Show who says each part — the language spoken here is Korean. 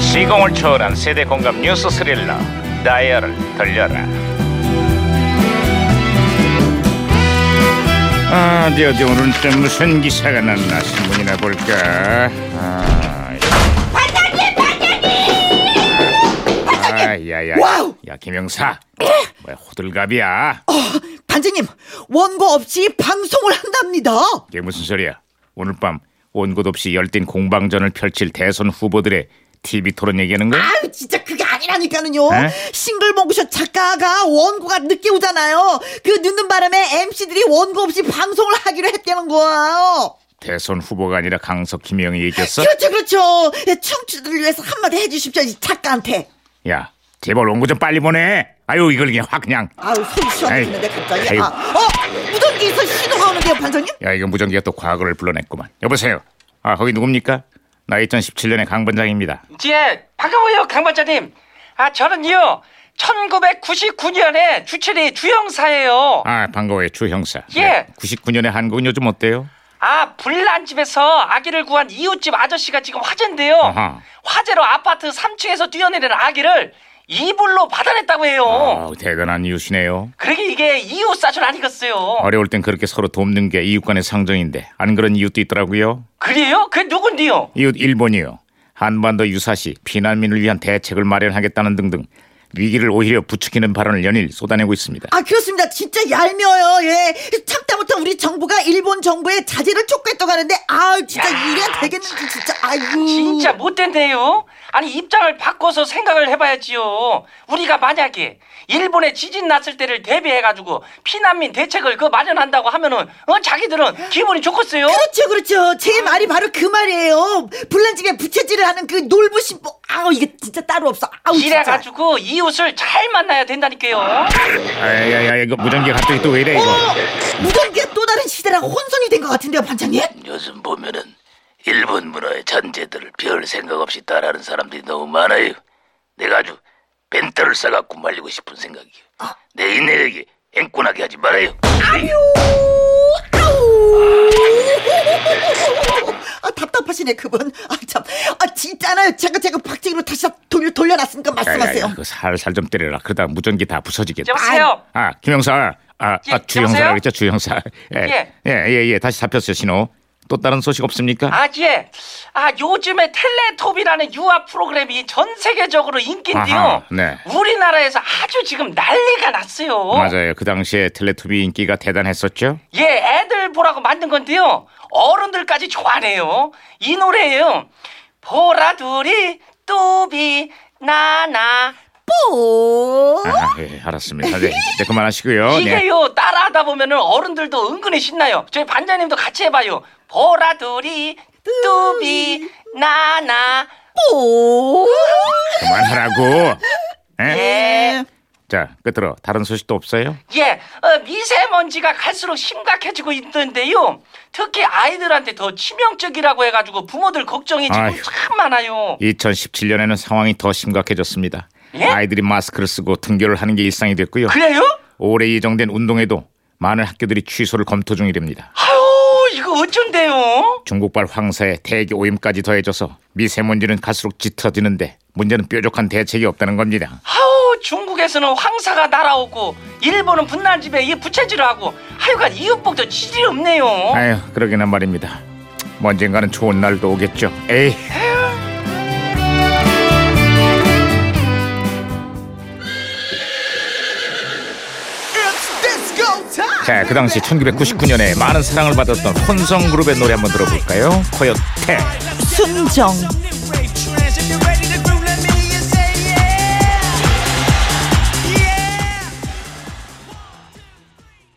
Speaker 1: 시공을 초월한 세대 공감 뉴스 스릴러 다이얼을 돌려라 아, 어디 어디 오늘은 또 무슨 기사가 났나 신문이나 볼까 아, 반장님 반장님 아, 야야야
Speaker 2: 와우!
Speaker 1: 야 김영사 뭐야 호들갑이야
Speaker 2: 반장님 원고 없이 방송을 한답니다.
Speaker 1: 이게 무슨 소리야 오늘 밤 온곳 없이 열띤 공방전을 펼칠 대선 후보들의 TV 토론 얘기하는 거야?
Speaker 2: 아유 진짜 그게 아니라니까는요.
Speaker 1: 에?
Speaker 2: 싱글벙구쇼 작가가 원고가 늦게 오잖아요. 그 늦는 바람에 MC들이 원고 없이 방송을 하기로 했다는 거예요.
Speaker 1: 대선 후보가 아니라 강석 김영이 얘기했어?
Speaker 2: 그렇죠 그렇죠. 예, 청취들을 위해서 한마디 해주십시오 이 작가한테.
Speaker 1: 야, 제발 온거 좀 빨리 보내. 아유, 이걸 그냥 확 그냥.
Speaker 2: 아유 손이 시원해지는데
Speaker 1: 아이,
Speaker 2: 갑자기.
Speaker 1: 아이고.
Speaker 2: 아, 어 무전기에서 신호가 오는데요 반장님.
Speaker 1: 야, 이거 무전기가 또 과거를 불러냈구만. 여보세요. 아, 거기 누굽니까? 나 2017년의 강 반장입니다.
Speaker 3: 예, 반가워요, 강반장님. 아, 저는요, 1999년에 주철이 주영사예요.
Speaker 1: 아, 반가워요, 주 형사.
Speaker 3: 예.
Speaker 1: 99년의 한국은 요즘 어때요?
Speaker 3: 아, 불난 집에서 아기를 구한 이웃집 아저씨가 지금 화제인데요.
Speaker 1: 아하.
Speaker 3: 화재로 아파트 3층에서 뛰어내린 아기를 이불로 받아냈다고 해요.
Speaker 1: 아, 대단한 이웃이네요.
Speaker 3: 그러게 이게 이웃 사촌 아니겠어요.
Speaker 1: 어려울 땐 그렇게 서로 돕는 게 이웃 간의 상정인데 안 그런 이웃도 있더라고요.
Speaker 3: 그래요? 그 누군데요?
Speaker 1: 이웃 일본이요. 한반도 유사시 피난민을 위한 대책을 마련하겠다는 등등 위기를 오히려 부추기는 발언을 연일 쏟아내고 있습니다.
Speaker 2: 아 그렇습니다. 진짜 얄미워요. 예. 참다 못해 우리 정부가 일본 정부의 자제를 촉구했다고 하는데 아 진짜 이래야 되겠는지 진짜 아이고.
Speaker 1: 음.
Speaker 3: 진짜 뭐. 못된대요. 아니 입장을 바꿔서 생각을 해봐야지요. 우리가 만약에 일본에 지진 났을 때를 대비해가지고 피난민 대책을 그 마련한다고 하면은 어 자기들은 기분이 좋겠어요.
Speaker 2: 그렇죠, 그렇죠.
Speaker 3: 음.
Speaker 2: 제 말이 바로 그 말이에요. 불난 집에 부채질을 하는 그 놀부심, 뭐, 아우 이게 진짜 따로 없어. 아우 진짜.
Speaker 3: 이래가지고 이웃을 잘 만나야 된다니까요.
Speaker 1: 아야야야 이거 무전기 갑자기 또 왜 이래 이거?
Speaker 2: 어, 무전기가 또 다른 시대랑 혼선이 된 것 같은데요, 반장님?
Speaker 4: 요즘 보면은 일본 문화의 전제들을 별 생각 없이 따라하는 사람들이 너무 많아요. 내가 아주 벤터를 싸갖고 말리고 싶은 생각이에요. 내 인내력이 앵꼬나게 하지 말아요.
Speaker 2: 아유, 아우. 아 답답하시네 그분. 아 참, 아 진짜나요? 제가 제가 박진으로 다시 돌려 돌려놨으니까 말씀하세요.
Speaker 1: 그 살살 좀 때려라. 그러다 무전기 다 부서지겠다.
Speaker 3: 여보세요.
Speaker 1: 아 김영사, 아,
Speaker 3: 예,
Speaker 1: 아 주영사라
Speaker 3: 여보세요?
Speaker 1: 그랬죠 주영사. 예예예 예, 예. 다시 잡혔어요 신호. 또 다른 소식 없습니까?
Speaker 3: 아 예. 아 요즘에 텔레톱이라는 유아 프로그램이 전 세계적으로 인기인데요.
Speaker 1: 아하, 네.
Speaker 3: 우리나라에서 아주 지금 난리가 났어요.
Speaker 1: 맞아요. 그 당시에 텔레투비 인기가 대단했었죠.
Speaker 3: 예, 애들 보라고 만든 건데요. 어른들까지 좋아하네요. 이 노래예요. 보라 둘이 뚜비 나나
Speaker 2: 뽀.
Speaker 1: 아, 예, 알았습니다. 네, 이제 그만하시고요. 네.
Speaker 3: 이게요 따라하다 보면은 어른들도 은근히 신나요. 저희 반장님도 같이 해봐요. 보라 둘이 뚜비 나나
Speaker 2: 뽀.
Speaker 1: 그만하라고. 예?
Speaker 2: 네.
Speaker 3: 예.
Speaker 1: 자 끝으로 다른 소식도 없어요?
Speaker 3: 예, 어, 미세먼지가 갈수록 심각해지고 있는데요. 특히 아이들한테 더 치명적이라고 해가지고 부모들 걱정이 지금
Speaker 1: 아휴.
Speaker 3: 참 많아요.
Speaker 1: 2017년에는 상황이 더 심각해졌습니다.
Speaker 3: 예?
Speaker 1: 아이들이 마스크를 쓰고 등교를 하는 게 일상이 됐고요.
Speaker 3: 그래요?
Speaker 1: 올해 예정된 운동회도 많은 학교들이 취소를 검토 중이랍니다.
Speaker 3: 아유 이거 어쩐데요?
Speaker 1: 중국발 황사에 대기 오염까지 더해져서 미세먼지는 갈수록 짙어지는데 문제는 뾰족한 대책이 없다는 겁니다.
Speaker 3: 아유 중국에서는 황사가 날아오고 일본은 분난 집에 이 부채질을 하고 하여간 이웃복도 질이 없네요.
Speaker 1: 아휴 그러기는 말입니다. 뭐 언젠가는 좋은 날도 오겠죠. 에이.
Speaker 2: Let's go time.
Speaker 1: 자, 그 당시 1999년에 많은 사랑을 받았던 혼성 그룹의 노래 한번 들어볼까요? 코요테.
Speaker 2: 순정.